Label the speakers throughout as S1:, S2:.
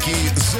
S1: Занимаемся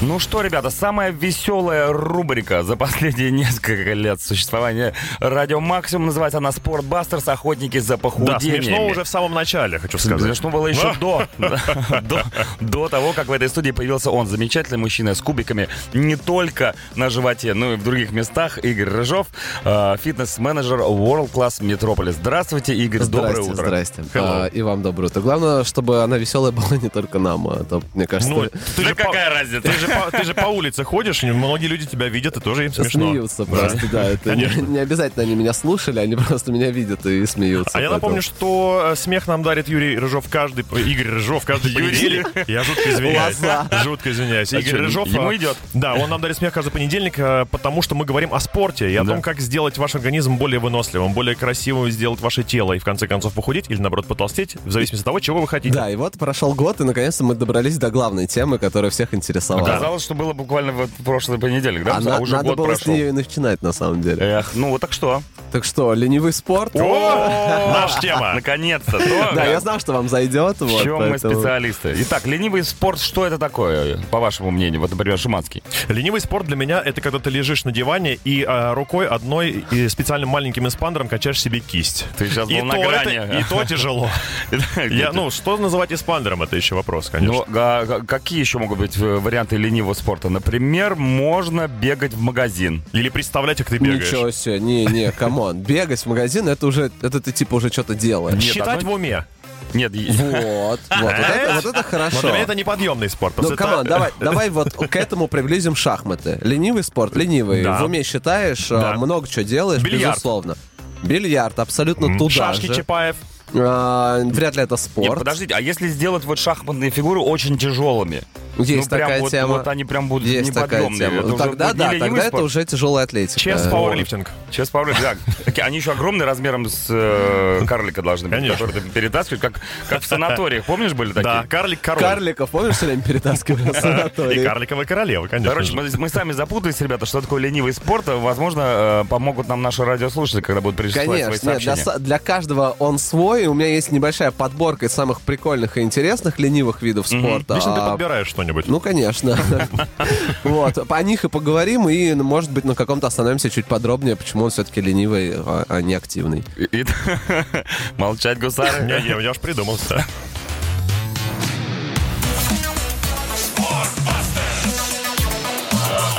S2: Ну что, ребята, самая веселая рубрика за последние несколько лет существования Радио Максимум. Называется она «Спортбастерс. Охотники за
S3: Да,
S2: похудениями».
S3: смешно уже в самом начале, хочу сказать. А?
S2: Смешно было еще до, до, до того, как в этой студии появился он. Замечательный мужчина с кубиками не только на животе, но и в других местах. Игорь Рыжов, э, фитнес-менеджер World Class Metropolis. Здравствуйте, Игорь,
S4: Здрасте,
S2: доброе утро.
S4: здрасте.
S3: Hello.
S4: А, и вам доброе утро. Главное, чтобы она веселая была не только нам, а то, мне кажется,
S3: Ну, ты
S2: Да
S3: же по-
S2: какая
S3: Ты
S2: разница?
S3: же, по, ты же по улице ходишь, и многие люди тебя видят, и тоже им смешно.
S4: смеются просто, да. Это не,
S3: Конечно.
S4: не обязательно они меня слушали, они просто меня видят и смеются.
S3: А я
S4: поэтому-
S3: напомню, что э, смех нам дарит Юрий Рыжов каждый... э, Игорь Рыжов каждый понедельник. Я жутко извиняюсь. Жутко извиняюсь. Игорь
S2: А чё,
S3: Рыжов...
S2: ему
S3: э,
S2: идет.
S3: Да, он нам дарит смех каждый понедельник, э, потому что мы говорим о спорте и о том, как сделать ваш организм более выносливым, более красивым, сделать ваше тело и в конце концов похудеть или наоборот потолстеть, в зависимости от того, чего вы хотите.
S4: Да, и вот прошел год, и наконец-то мы добрались до главной темы, которая всех интересовала.
S2: Казалось, что было буквально вот в прошлый понедельник, да?
S4: А на-
S2: а уже
S4: надо
S2: год
S4: было с
S2: прошел.
S4: нее и начинать, на самом деле.
S2: Эх, ну вот так что?
S4: Так что, ленивый спорт?
S3: Наша тема.
S2: Наконец-то. то,
S4: Да, я знал, что вам зайдет.
S2: В
S4: вот,
S2: чем мы
S4: поэтому-
S2: специалисты? Итак, ленивый спорт, что это такое, по вашему мнению? Вот, например, Шиманский.
S3: Ленивый спорт для меня это когда ты лежишь на диване и э, рукой одной и специальным маленьким испандером качаешь себе кисть.
S2: Ты сейчас
S3: и
S2: был на
S3: то это-
S2: грани.
S3: и то тяжело. Я, ну, что называть испандером, это еще вопрос, конечно.
S2: Ну, а к- какие еще могут быть э, варианты ленивого спорта? Например, можно бегать в магазин.
S3: Или представлять, как ты бегаешь.
S4: Ничего себе, не, не, камон. Бегать в магазин, это уже, это ты типа уже что-то делаешь.
S3: Считать
S2: одно-
S3: в уме.
S2: Нет, е-
S4: Вот, вот, вот это, вот это
S3: Но для
S4: хорошо.
S3: меня это неподъемный спорт.
S4: Ну,
S3: потому что
S4: камон,
S3: это-
S4: давай, давай вот к этому приблизим шахматы. Ленивый спорт, ленивый.
S3: Да.
S4: В уме считаешь, а,
S3: Да.
S4: много чего делаешь,
S3: Бильярд.
S4: безусловно. Бильярд, абсолютно туда
S3: Шашки
S4: же.
S3: Чапаев.
S4: А, вряд ли это
S2: Нет,
S4: спорт.
S2: подождите, а если сделать вот шахматные фигуры очень тяжелыми?
S4: Есть
S2: ну, прям
S4: такая
S2: вот,
S4: тема.
S2: вот они прям будут
S4: Есть такая
S2: неподъемные.
S4: тема.
S2: Это
S4: Ну,
S2: уже
S4: тогда
S2: будет
S4: да,
S2: не ленивый
S4: тогда это
S2: спорт.
S4: уже тяжелая атлетика.
S3: Чес
S4: Э,
S3: пауэрлифтинг.
S2: Сейчас Павлик, да. Такие, Они еще огромные размером с э, карлика должны быть,
S3: Конечно.
S2: которые ты перетаскиваешь, как, как в санаториях. Помнишь, были такие?
S3: Да, карлик король.
S4: Карликов, помнишь, все время перетаскивали в
S3: И
S4: санаторий?
S3: карликовая королева, конечно.
S2: Короче,
S3: же.
S2: мы, мы сами запутались, ребята, что такое ленивый спорт. А, Возможно, э, помогут нам наши радиослушатели, когда будут присылать свои
S4: Конечно, нет,
S2: сообщения.
S4: для, са- для каждого он свой. У меня есть небольшая подборка из самых прикольных и интересных ленивых видов спорта.
S3: Лично ты
S4: А,
S3: подбираешь что-нибудь.
S4: Ну, конечно. Вот, по них и поговорим, и, ну, может быть, на каком-то остановимся чуть подробнее, почему он все-таки ленивый, а а не активный.
S2: И- и- Молчать, гусары.
S3: Я, я, я уж придумал. да.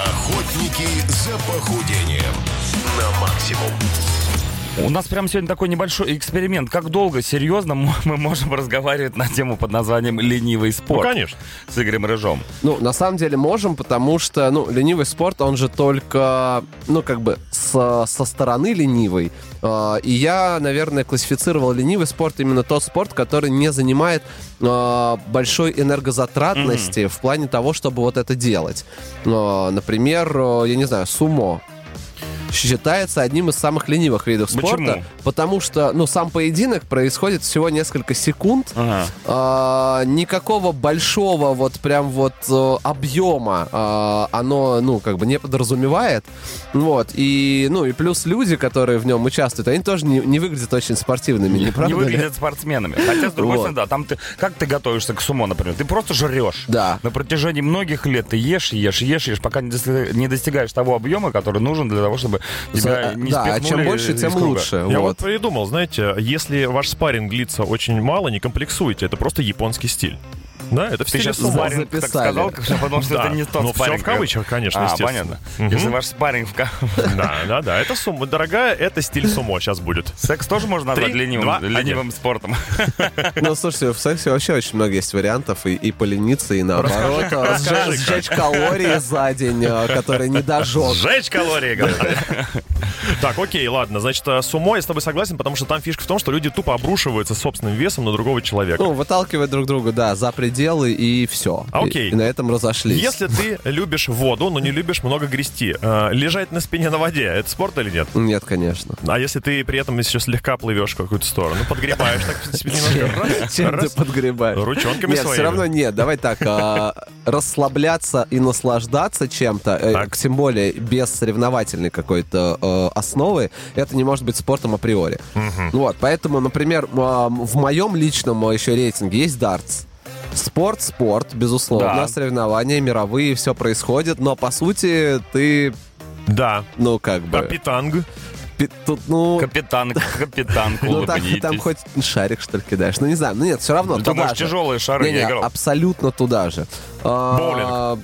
S1: Охотники за похудением на максимум.
S3: Ну,
S2: У нас прям сегодня такой небольшой эксперимент. Как долго, серьезно, м- мы можем разговаривать на тему под названием «Ленивый
S3: Ну,
S2: спорт»
S3: конечно.
S2: с Игорем Рыжом?
S4: Ну, на самом деле можем, потому что, ну, ленивый спорт, он же только, ну, как бы со, со стороны ленивый. А, И я, наверное, классифицировал ленивый спорт именно тот спорт, который не занимает а, большой энергозатратности в плане того, чтобы вот это делать. А, Например, а, я не знаю, сумо. считается одним из самых ленивых видов спорта,
S2: Почему?
S4: потому что, ну, сам поединок происходит всего несколько секунд, а, никакого большого вот прям вот э, объема а, оно, ну, как бы не подразумевает. Вот, и, ну, и плюс люди, которые в нем участвуют, они тоже не, не выглядят очень спортивными, не,
S2: Не
S4: правда ли?
S2: выглядят спортсменами. Хотя, с другой
S4: Вот.
S2: стороны, да, там ты... Как ты готовишься к сумо, например? Ты просто жрешь.
S4: Да.
S2: На протяжении многих лет ты ешь, ешь, ешь, ешь, пока не дости- не достигаешь того объема, который нужен для того, чтобы тебя
S4: За-
S2: не
S4: да, а
S2: спихнули
S4: чем больше,
S2: из
S4: тем
S2: круга.
S4: лучше.
S3: Я вот
S4: вот.
S3: придумал, знаете, если ваш спарринг длится очень мало, не комплексуйте, это просто японский стиль. Да, это в
S2: Ты
S3: стиле
S2: сейчас
S3: сумо.
S2: спарринг так
S4: записали.
S2: сказал, потому что
S3: Да,
S2: это не тот
S3: но всё
S2: спарринг.
S3: в кавычках, конечно,
S2: А,
S3: естественно.
S2: понятно.
S3: Мгм.
S2: Если ваш спарринг в ка-
S3: Да, да, да, это сумо. Дорогая, это стиль сумо сейчас будет.
S2: Секс тоже можно назвать
S3: Три,
S2: ленивым,
S3: два,
S2: ленивым спортом.
S4: Ну, слушайте, в сексе вообще очень много есть вариантов, и, и полениться, и наоборот, а, сжечь,
S3: расскажи,
S4: сжечь калории за день, а, которые не дожег.
S2: Сжечь калории, говорят.
S3: Так, окей, ладно. Значит, э, сумо я с тобой согласен, потому что там фишка в том, что люди тупо обрушиваются собственным весом на другого человека.
S4: Ну, выталкивать друг друга, да, за пределы, и все.
S3: А, Окей.
S4: И, и на этом разошлись.
S3: Если ты любишь воду, но не любишь много грести, э, лежать на спине на воде, это спорт или нет?
S4: Нет, конечно.
S3: А если ты при этом еще слегка плывешь в какую-то сторону, подгребаешь так немножко, раз,
S4: Чем ты
S3: раз.
S4: подгребаешь?
S3: Ручонками
S4: Нет,
S3: своими.
S4: все равно нет. Давай так, а, расслабляться и наслаждаться чем-то, э,
S3: Так.
S4: тем более без соревновательной какой-то э, основы, это не может быть спортом априори. а, Вот, поэтому, например, м, в моем личном еще рейтинге э, есть дартс. Спорт, спорт, безусловно.
S2: Да.
S4: Соревнования мировые, все происходит, но по сути ты,
S3: Да. А
S4: ну как бы,
S3: Капитанг.
S4: пи- тут ну,
S2: Капитан, капитан,
S4: ну так
S2: улыбнитесь.
S4: там хоть шарик что ли кидаешь, ну не знаю, ну нет, все равно
S2: Ну, Там
S4: туда
S2: уж
S4: же.
S2: тяжелые шары
S4: Не-не, а
S2: я играл.
S4: абсолютно туда же. А,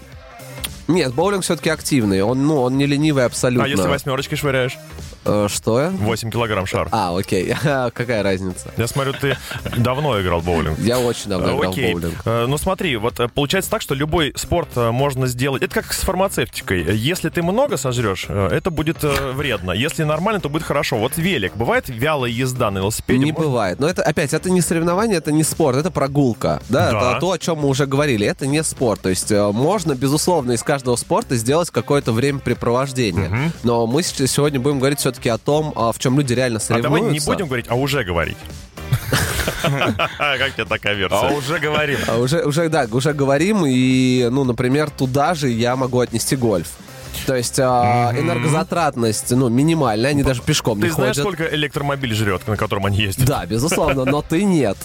S4: Нет, боулинг все-таки активный, он ну он не ленивый абсолютно.
S3: А если восьмерочкой швыряешь?
S4: Э, Что я?
S3: 8 килограмм шар.
S4: А, окей, какая разница?
S3: Я смотрю, ты давно играл в боулинг.
S4: Я очень давно играл в
S3: Окей.
S4: боулинг.
S3: Э, Ну смотри, вот э, получается так, что любой спорт э, можно сделать. Это как с фармацевтикой. Э, Если ты много сожрешь, э, это будет э, вредно. Если нормально, то будет хорошо. Вот велик. Бывает вялая езда на велосипеде?
S4: Не
S3: Может-
S4: бывает. Но это, опять, это не соревнование, это не спорт, это прогулка. Да,
S3: Да.
S4: это то, о чем мы уже говорили. Это не спорт. То есть э, можно, безусловно, из каждого спорта сделать какое-то времяпрепровождение. Но мы с- сегодня будем говорить все-таки о том, а, в чем люди реально
S3: А
S4: соревнуются.
S3: давай не будем говорить, а уже говорить. Как тебе такая
S2: А
S3: версия?
S2: уже говорим.
S4: А Уже, уже, да, уже говорим, и, ну, например, туда же я могу отнести гольф. То есть а, энергозатратность, ну, минимальная, они даже пешком не
S3: Ты знаешь,
S4: ходят.
S3: сколько электромобиль жрет, на котором они ездят?
S4: Да, безусловно, но ты нет.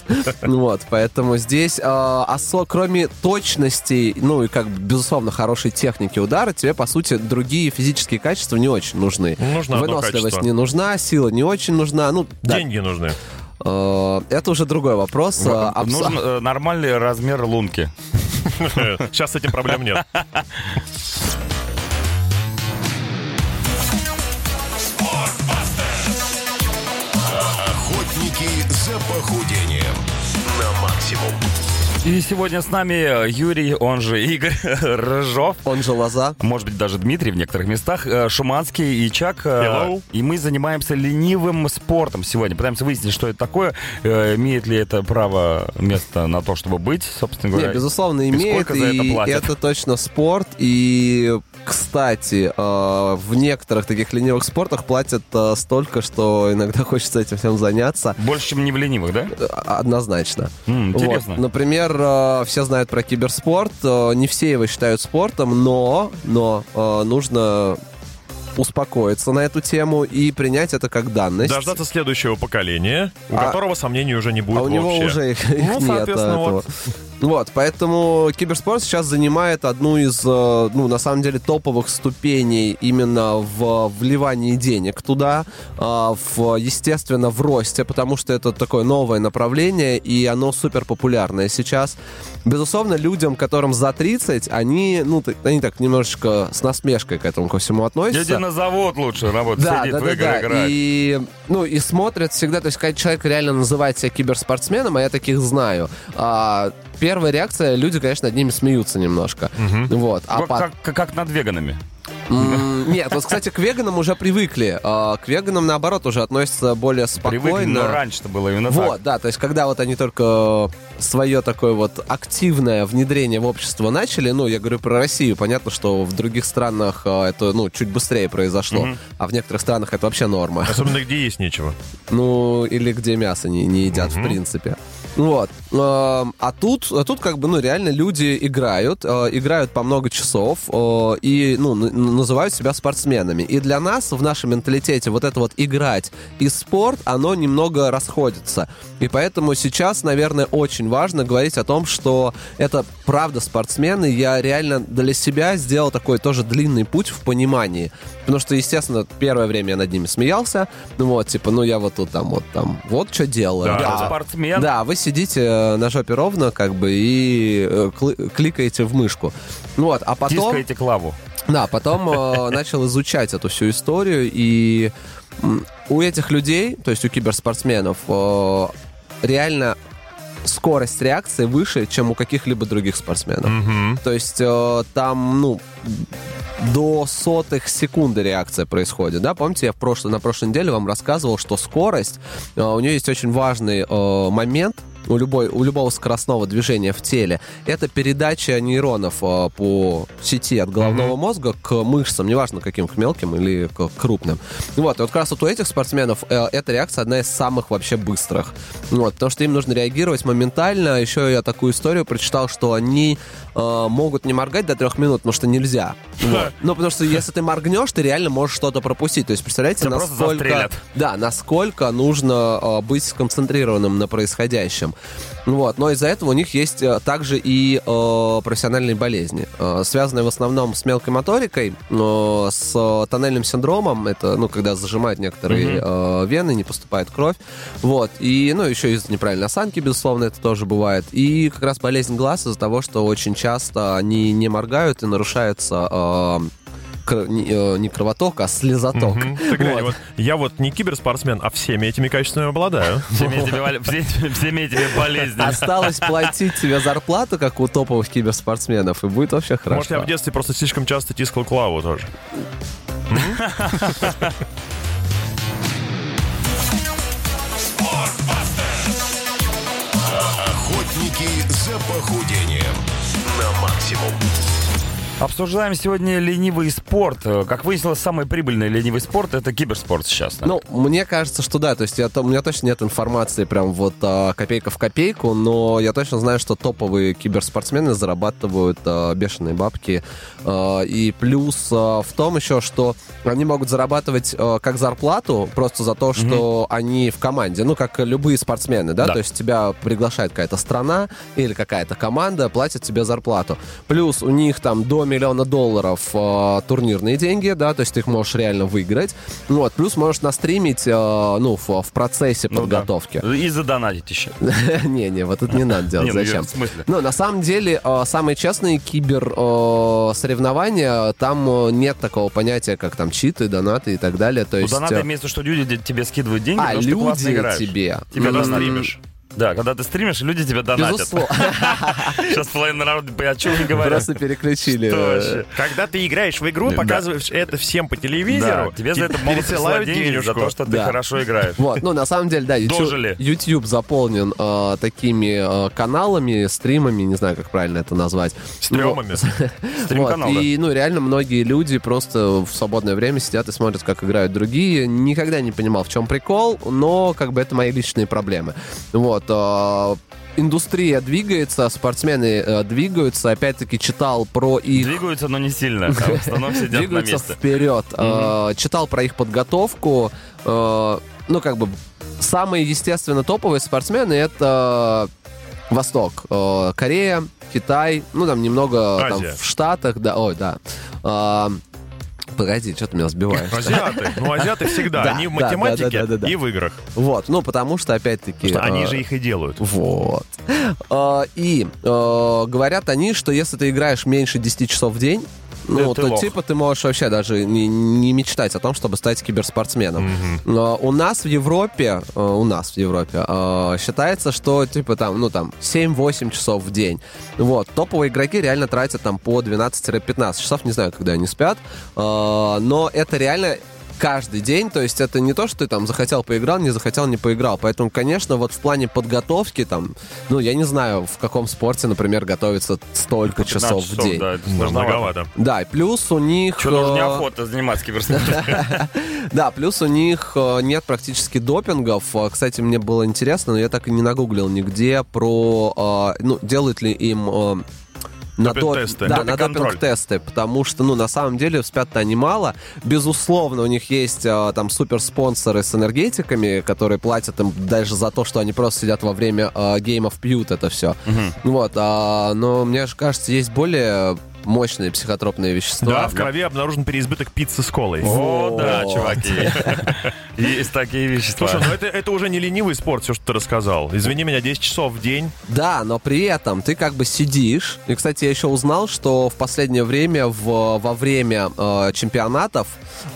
S4: Вот, поэтому здесь, э, осо- кроме точности, ну и как бы, безусловно, хорошей техники удара, тебе, по сути, другие физические качества не очень нужны.
S3: Ну, Нужно одно
S4: Выносливость
S3: качество.
S4: не нужна, сила не очень нужна. Ну, да,
S3: Деньги нужны.
S4: э, это уже другой вопрос. э, абс-
S2: Нужен э, нормальный размер лунки.
S3: Сейчас с этим проблем нет.
S1: Охотники за похудением. На максимум.
S2: И сегодня с нами э, Юрий, он же Игорь Рыжов.
S4: Он же лоза.
S2: Может быть, даже Дмитрий в некоторых местах, э, Шуманский и Чак. э,
S3: Hello.
S2: И мы занимаемся ленивым спортом сегодня. Пытаемся выяснить, что это такое, э, имеет ли это право место на то, чтобы быть, собственно
S4: Не,
S2: говоря.
S4: безусловно, имеет,
S2: Э, сколько за это
S4: и
S2: платят?
S4: это точно спорт. И, кстати, э, в некоторых таких ленивых спортах платят э, столько, что иногда хочется этим всем заняться. Э,
S2: Больше, чем не в ленивых, да?
S4: Однозначно.
S2: М, интересно.
S4: Вот. Например, э, все знают про киберспорт. э, Не все его считают спортом, но, но э, нужно успокоиться на эту тему и принять это как данность.
S3: Дождаться следующего поколения, у
S4: А-
S3: которого сомнений уже не будет
S4: а у него
S3: вообще.
S4: уже их, их
S3: Ну,
S4: нет. а,
S3: соответственно,
S4: этого.
S3: вот.
S4: Вот, поэтому киберспорт сейчас занимает одну из, э, ну, на самом деле, топовых ступеней именно в вливании денег туда, э, в, естественно, в росте, потому что это такое новое направление, и оно супер популярное сейчас. Безусловно, людям, которым за 30, они, ну, так- они так немножечко с насмешкой к этому ко всему относятся.
S2: Иди на завод лучше работать,
S4: Да,
S2: сидит,
S4: да,
S2: в
S4: да,
S2: игры
S4: да.
S2: играет.
S4: И, ну, и смотрят всегда, то есть, когда человек реально называет себя киберспортсменом, а я таких знаю, а, первая реакция, люди, конечно, над ними смеются немножко. Вот. А
S2: Как,
S4: пот-
S2: как- как- как над веганами.
S4: М, Нет, вот, кстати, к веганам уже привыкли. а, К веганам, наоборот, уже относятся более
S2: Привыкли, но
S4: спокойно.
S2: раньше-то было именно
S4: Вот, да, то есть когда вот они только свое такое вот активное внедрение в общество начали, ну, я говорю про Россию, понятно, что в других странах а, это, ну, чуть быстрее произошло, а в некоторых странах это вообще норма.
S3: Особенно где есть нечего.
S4: Ну, или где мясо не, не едят, в принципе. Вот. Эм, А тут, а тут как бы, ну, реально люди играют, э, играют по много часов э, и, ну, н- н- называют себя спортсменами. И для нас, в нашем менталитете, вот это вот играть и спорт, оно немного расходится. И поэтому сейчас, наверное, очень важно говорить о том, что это правда спортсмены. Я реально для себя сделал такой тоже длинный путь в понимании. Потому что, естественно, первое время я над ними смеялся. Ну вот, типа, ну я вот тут там, вот там, вот что делаю.
S3: Да.
S2: так. Я
S4: А,
S2: спортсмен.
S4: да, вы сидите э, на жопе ровно, как бы, и э, кли- кликаете в мышку. Вот, а потом...
S2: Тискаете клаву.
S4: Да, потом э, начал изучать эту всю историю, и м, у этих людей, то есть у киберспортсменов, э, реально скорость реакции выше, чем у каких-либо других спортсменов. То есть э, там, ну, до сотых секунды реакция происходит, да? Помните, я в прошлой, на прошлой неделе вам рассказывал, что скорость, э, у нее есть очень важный э, момент у, любой, у любого скоростного движения в теле. Это передача нейронов э, по сети от головного мозга к мышцам, неважно каким, к мелким или к крупным. Вот, и вот как раз вот у этих спортсменов э, эта реакция одна из самых вообще быстрых. Вот, потому что им нужно реагировать моментально. Еще я такую историю прочитал, что они э, могут не моргать до трех минут, потому что нельзя. Вот. Ну, потому что если ты моргнешь, ты реально можешь что-то пропустить. То есть, представляете,
S2: Тебя просто
S4: насколько...
S2: застрелят.
S4: Да, насколько нужно э, быть сконцентрированным на происходящем. Вот. Но из-за этого у них есть э, также и э, профессиональные болезни, э, связанные в основном с мелкой моторикой, э, с э, тоннельным синдромом, это, ну, когда зажимают некоторые э, вены, не поступает кровь, вот, и, ну, еще из-за неправильной осанки, безусловно, это тоже бывает, и как раз болезнь глаз из-за того, что очень часто они не моргают и нарушается э, кр- не, э, не кровоток, а слезоток.
S3: Мгм. Ты глянь,
S4: Вот.
S3: вот я вот не киберспортсмен, а всеми этими качествами обладаю.
S2: Всеми этими, вал- все- всеми этими болезнями.
S4: Осталось платить тебе зарплату, как у топовых киберспортсменов, и будет вообще хорошо.
S3: Может, я в детстве просто слишком часто тискал клаву тоже.
S1: Охотники за похудением на максимум.
S2: Обсуждаем сегодня ленивый спорт. Э, Как выяснилось, самый прибыльный ленивый спорт — это киберспорт сейчас.
S4: Ну, мне кажется, что да. То есть я, то- у меня точно нет информации прям вот а, копейка в копейку, но я точно знаю, что топовые киберспортсмены зарабатывают а, бешеные бабки. А, и плюс а, в том еще, что они могут зарабатывать а, как зарплату просто за то, что они в команде. Ну, как любые спортсмены, да?
S2: Да.
S4: То есть тебя приглашает какая-то страна или какая-то команда, платит тебе зарплату. Плюс у них там до миллиона долларов а, турнирные деньги, да, то есть ты их можешь реально выиграть. Ну Вот, плюс можешь настримить, э, ну, в, в процессе
S2: Ну да.
S4: подготовки.
S2: И задонатить еще.
S4: Не-не, вот это не надо делать.
S2: Не, ну я-
S4: Зачем?
S2: в смысле?
S4: Ну, на самом деле, э, самые честные кибер э, соревнования, там э, нет такого понятия, как там читы, донаты и так далее. То
S2: Ну,
S4: есть...
S2: донаты
S4: э,
S2: имеется, в виду, что люди де- тебе скидывают деньги,
S4: А,
S2: потому что ты классно
S4: люди
S2: играешь.
S4: тебе.
S2: Тебя
S4: М,
S2: достримишь. Да, когда ты стримишь, люди тебя донатят.
S4: Безусловно.
S2: Сейчас половина народа о чем не говорят.
S4: Просто переключили.
S2: Что
S4: э,
S2: вообще?
S3: Когда ты играешь в игру,
S2: Да.
S3: показываешь это всем по телевизору, типа
S2: Да, тебе за это могут присылать
S3: пересылают
S2: деньги за
S3: денежку.
S2: то, что ты
S4: Да.
S2: хорошо играешь.
S4: Вот, ну на самом деле, да,
S2: Дожили.
S4: YouTube, YouTube заполнен э, такими э, каналами, стримами, не знаю, как правильно это назвать.
S3: Стрёмами.
S2: Стрим-канал,
S4: Вот,
S2: да.
S4: И, ну, реально многие люди просто в свободное время сидят и смотрят, как играют другие. Никогда не понимал, в чем прикол, но как бы это мои личные проблемы. Вот. э, Индустрия двигается, спортсмены э, двигаются. Опять-таки читал про их
S2: Двигаются, но не сильно. а В основном сидят на
S4: двигаются
S2: месте.
S4: вперед. Э, читал про их подготовку. Э, ну, как бы, самые, естественно, топовые спортсмены — это Восток. Э, Корея, Китай, ну, там немного там,
S3: Азия.
S4: в Штатах. Да, ой, да. Э, погоди, что ты меня сбиваешь?
S3: Азиаты. Ну, азиаты всегда.
S4: Да,
S3: Они в
S4: да, да,
S3: математике
S4: да, да, да.
S3: и в играх.
S4: Вот, ну, потому что, опять-таки...
S3: Потому что они
S4: э,
S3: же их и делают.
S4: Вот. Э, И э, говорят они, что если ты играешь меньше 10 часов в день, ну,
S2: ты
S4: то
S2: лох.
S4: типа ты можешь вообще даже не, не мечтать о том, чтобы стать киберспортсменом. Но у нас в Европе, э, у нас в Европе э, считается, что типа там, ну там 7-8 часов в день. Вот, топовые игроки реально тратят там по 12-15 часов, не знаю, когда они спят, Э, но это реально каждый день, то есть это не то, что ты там захотел поиграл, не захотел не поиграл, поэтому, конечно, вот в плане подготовки там, ну я не знаю, в каком спорте, например, готовится столько
S2: 15
S4: часов, в день. Ну,
S2: Да,
S4: Да.
S2: это сложновато.
S3: Многовато.
S4: и плюс у них...
S2: Что даже
S4: э,
S2: неохота заниматься киберспортом.
S4: Да, плюс у них э, нет практически допингов. Э, Кстати, мне было интересно, но я так и не нагуглил нигде про, э, ну, делают ли им э, на доп-
S3: Допинг-тесты.
S4: Да, на
S2: Допинг-контроль.
S4: допинг-тесты, потому что, ну, на самом деле, спят-то они мало. Безусловно, у них есть э, там суперспонсоры с энергетиками, которые платят им даже за то, что они просто сидят во время э, геймов, пьют это все. Вот, а, но мне же кажется, есть более мощные психотропные вещества.
S3: Да, в крови обнаружен переизбыток пиццы с колой.
S2: О, да,
S4: Вот.
S2: чуваки. Есть такие вещества.
S3: Слушай, ну это, это уже не ленивый спорт, все, что ты рассказал. Извини меня, 10 часов в день.
S4: Да, но при этом ты как бы сидишь. И, кстати, я еще узнал, что в последнее время в, во время э, чемпионатов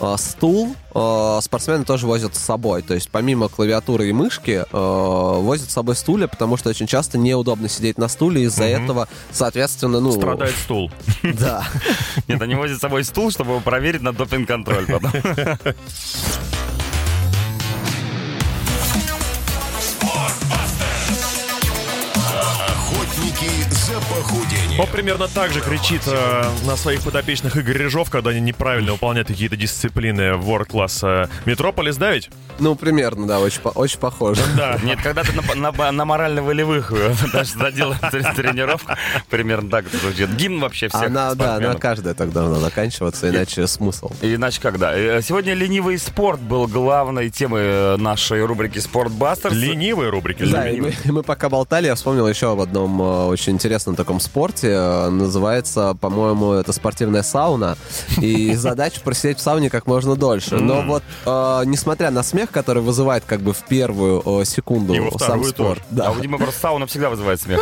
S4: э, стул э, спортсмены тоже возят с собой. То есть помимо клавиатуры и мышки э, возят с собой стулья, потому что очень часто неудобно сидеть на стуле, из-за этого, соответственно, ну...
S3: Страдает стул.
S4: Да.
S2: Нет, они возят с собой стул, чтобы его проверить на допинг-контроль потом.
S1: Охотники за за похудением.
S3: Он примерно так же кричит э, на своих подопечных Игорь Режов, когда они неправильно выполняют какие-то дисциплины ворд-класса. Метрополис, да ведь?
S4: Ну, примерно, да, очень, по- очень похоже.
S3: Да.
S2: Нет, когда ты на, на- на морально-волевых э, даже доделал тр- тренировку, примерно так это звучит. Гимн вообще всех
S4: Она, да, она
S2: спортсменов.
S4: каждая так должна заканчиваться, иначе смысл.
S2: Иначе когда? Э, Сегодня ленивый спорт был главной темой э, нашей рубрики «Спортбастерс».
S3: Ленивые рубрики.
S4: Да, и мы, и мы пока болтали, я вспомнил еще об одном э, очень интересном таком спорте. Э, Называется, по-моему, это спортивная сауна. И задача просидеть в сауне как можно дольше. Но вот, э, несмотря на смех, который вызывает как бы в первую э, секунду
S3: И во
S4: сам
S3: вторую
S4: спорт,
S3: тоже.
S2: А
S4: да,
S2: у Димы просто сауна всегда вызывает смех.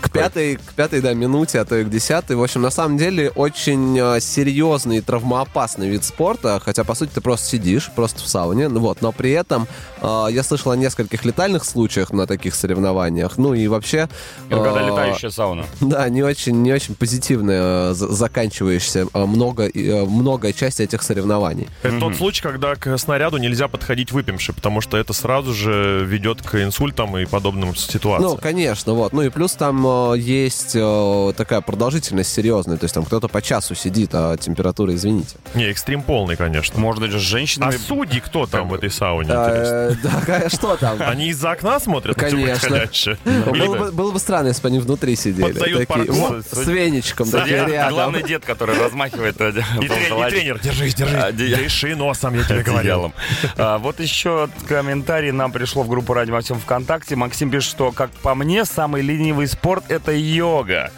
S4: к пятой, к пятой да, минуте, а то и к десятой. В общем, на самом деле очень э, серьезный и травмоопасный вид спорта, хотя, по сути, ты просто сидишь, просто в сауне, ну вот. Но при этом э, я слышал о нескольких летальных случаях на таких соревнованиях. Ну и вообще...
S2: Это когда
S4: э,
S2: летающая сауна.
S4: Да, не очень, не очень позитивно э, за- заканчиваешься э, много, и, э, многое часть этих соревнований.
S3: Это тот случай, когда к снаряду нельзя подходить выпивши, потому что это сразу же ведет к инсультам и подобным
S4: Ну,
S3: ситуациям.
S4: конечно, вот. Ну и плюс там э, есть э, такая продолжительность серьезная, то есть там кто-то по часу сидит, а температура, извините.
S3: Не, экстрим полный, конечно.
S2: Может быть, с женщинами...
S3: А судьи кто там в этой сауне, интересно?
S4: Э, Да, ка- что там?
S3: Они из-за окна смотрят на
S4: э, Конечно. Ну,
S3: тебя подходящие?
S4: Было
S3: Или-
S4: бы, было бы странно, если бы они внутри сидели.
S3: Поддают
S4: Такие,
S3: парку.
S4: вот, с веничком, такие
S2: Судья, главный
S4: рядом.
S2: дед, который размахивает э,
S3: И трен- и
S2: володе-
S3: тренер, держись,
S2: А,
S3: держись.
S2: де-
S3: Дыши носом, я тебе говорил.
S2: одеялом. А, вот еще комментарий нам пришло в группу «Радио Максим ВКонтакте». Максим пишет, что, как по мне, самый ленивый спорт – это йога.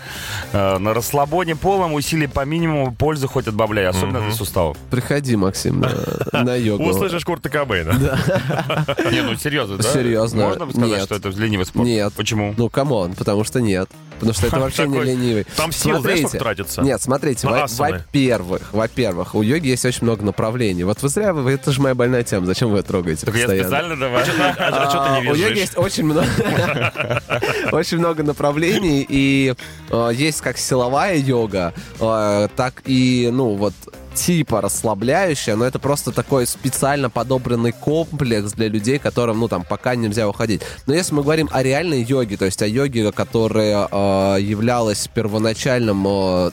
S2: А, на расслабоне полном усилий по минимуму, пользу хоть отбавляй, особенно для суставов.
S4: Приходи, Максим, на, на йогу.
S3: Услышишь Курта Кобейна.
S2: Не, ну серьезно, да?
S4: Серьезно.
S2: Можно сказать,
S4: Нет.
S2: что это ленивый спорт?
S4: Нет.
S2: Почему?
S4: Ну, камон, потому что нет. Потому что это вообще не
S3: Такой-
S4: ленивый.
S3: Там сил, знаешь, сколько тратится?
S4: Нет, смотрите,
S3: На
S4: во-
S3: асаны.
S4: во-первых, во-первых, у йоги есть очень много направлений. Вот вы зря, вы, это же моя больная тема, зачем вы это трогаете
S2: Так я
S4: постоянно?
S2: специально давай.
S3: А что ты
S4: А,
S3: не
S4: У йоги
S3: визжишь?
S4: есть очень много, очень много направлений, и э, есть как силовая йога, э, так и, ну, вот типа расслабляющая, но это просто такой специально подобранный комплекс для людей, которым, ну, там, пока нельзя уходить. Но если мы говорим о реальной йоге, то есть о йоге, которая э, являлась первоначальным э,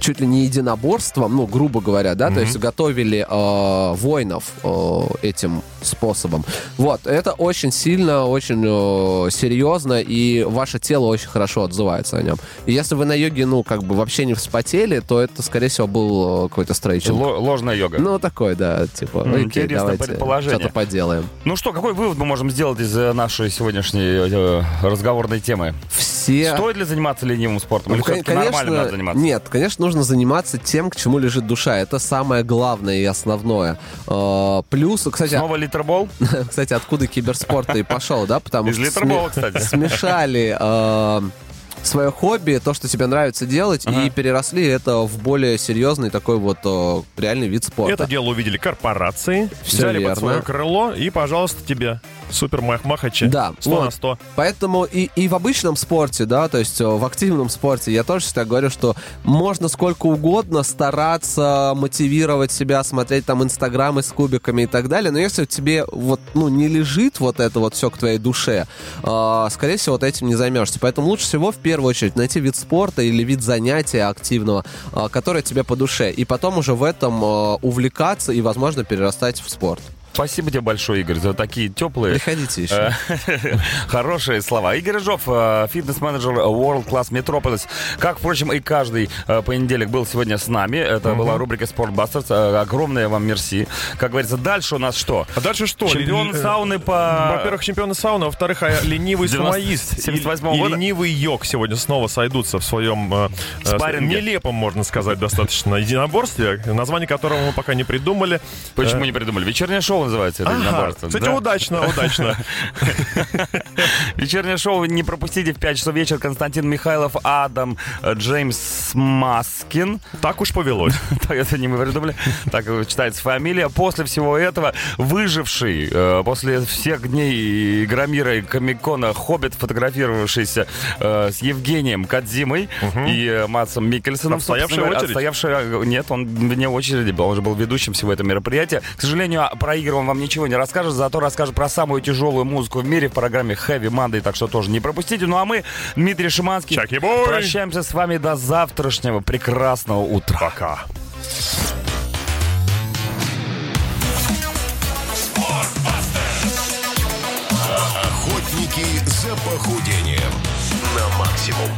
S4: чуть ли не единоборством, ну, грубо говоря, да, то есть готовили э, воинов э, этим способом. Вот, это очень сильно, очень э, серьезно, и ваше тело очень хорошо отзывается о нем. И если вы на йоге, ну, как бы вообще не вспотели, то это, скорее всего, был э, какой-то стрейчинг.
S2: Ло- Ложная йога.
S4: Ну, такой, да, типа,
S2: М,
S4: окей,
S2: интересное
S4: давайте
S2: предположение.
S4: что-то поделаем.
S2: Ну что, какой вывод мы можем сделать из э, нашей сегодняшней э, разговорной темы?
S4: Все...
S2: Стоит ли заниматься ленивым спортом? Или
S4: Ну, кон-
S2: все-таки нормально надо заниматься?
S4: Нет, конечно, нужно заниматься тем, к чему лежит душа. Это самое главное и основное. Э, Плюс, кстати,
S2: Снова литербол?
S4: Кстати, откуда киберспорт и пошел, да? Потому
S2: Из
S4: что
S2: литербола,
S4: сме-
S2: кстати.
S4: смешали э, свое хобби, то, что тебе нравится делать, и переросли это в более серьезный такой вот э, реальный вид спорта.
S3: Это дело увидели корпорации,
S4: Всё
S3: взяли
S4: верно.
S3: под свое крыло и, пожалуйста, тебе супер мах махачи.
S4: Да,
S3: 100 на
S4: вот.
S3: 100.
S4: Поэтому и, и в обычном спорте, да, то есть э, в активном спорте, я тоже всегда говорю, что можно сколько угодно стараться мотивировать себя, смотреть там инстаграмы с кубиками и так далее, но если тебе вот, ну, не лежит вот это вот все к твоей душе, э, скорее всего, вот этим не займешься. Поэтому лучше всего в первую очередь найти вид спорта или вид занятия активного, э, которое тебе по душе, и потом уже в этом э, увлекаться и, возможно, перерастать в спорт.
S2: Спасибо тебе большое, Игорь, за такие теплые,
S4: Приходите еще.
S2: э, хорошие слова. Игорь Рыжов, э, фитнес-менеджер World Class Metropolis. Как, впрочем, и каждый э, понедельник был сегодня с нами. Это была рубрика «Спортбастерс». Э, Огромное вам мерси. Как говорится, дальше у нас что?
S3: А дальше что?
S2: Чемпион
S3: Ле-
S2: сауны по...
S3: Во-первых, чемпионы сауны, во-вторых, а ленивый
S2: 90
S3: самоист и,
S2: 78-го
S3: и
S2: года.
S3: ленивый йог сегодня снова сойдутся в своем э, э,
S2: Спарринге.
S3: нелепом, можно сказать, достаточно единоборстве, название которого мы пока не придумали.
S2: Почему не придумали? Вечернее шоу называется это
S3: э, Ага,
S2: единоборство.
S3: кстати,
S2: Да.
S3: удачно, удачно.
S2: Вечернее шоу не пропустите в 5 часов вечера. Константин Михайлов, Адам, э, Джеймс Маскин.
S3: Так уж повелось.
S2: Так это не мы придумали. Так э, читается фамилия. После всего этого выживший, э, после всех дней Громира и Комикона, Хоббит, фотографировавшийся э, с Евгением Кадзимой и э, Матсом Микельсоном.
S3: Отстоявшая
S2: собственно говоря,
S3: очередь?
S2: отстоявший, э, Нет, он вне очереди был. Он же был ведущим всего этого мероприятия. К сожалению, а, про блогер, он вам ничего не расскажет, зато расскажет про самую тяжелую музыку в мире в программе Heavy Monday, так что тоже не пропустите. Ну а мы, Дмитрий Шиманский,
S3: Чаки-бой!
S2: прощаемся с вами до завтрашнего прекрасного утра.
S3: Пока.
S1: Охотники за похудением на максимум.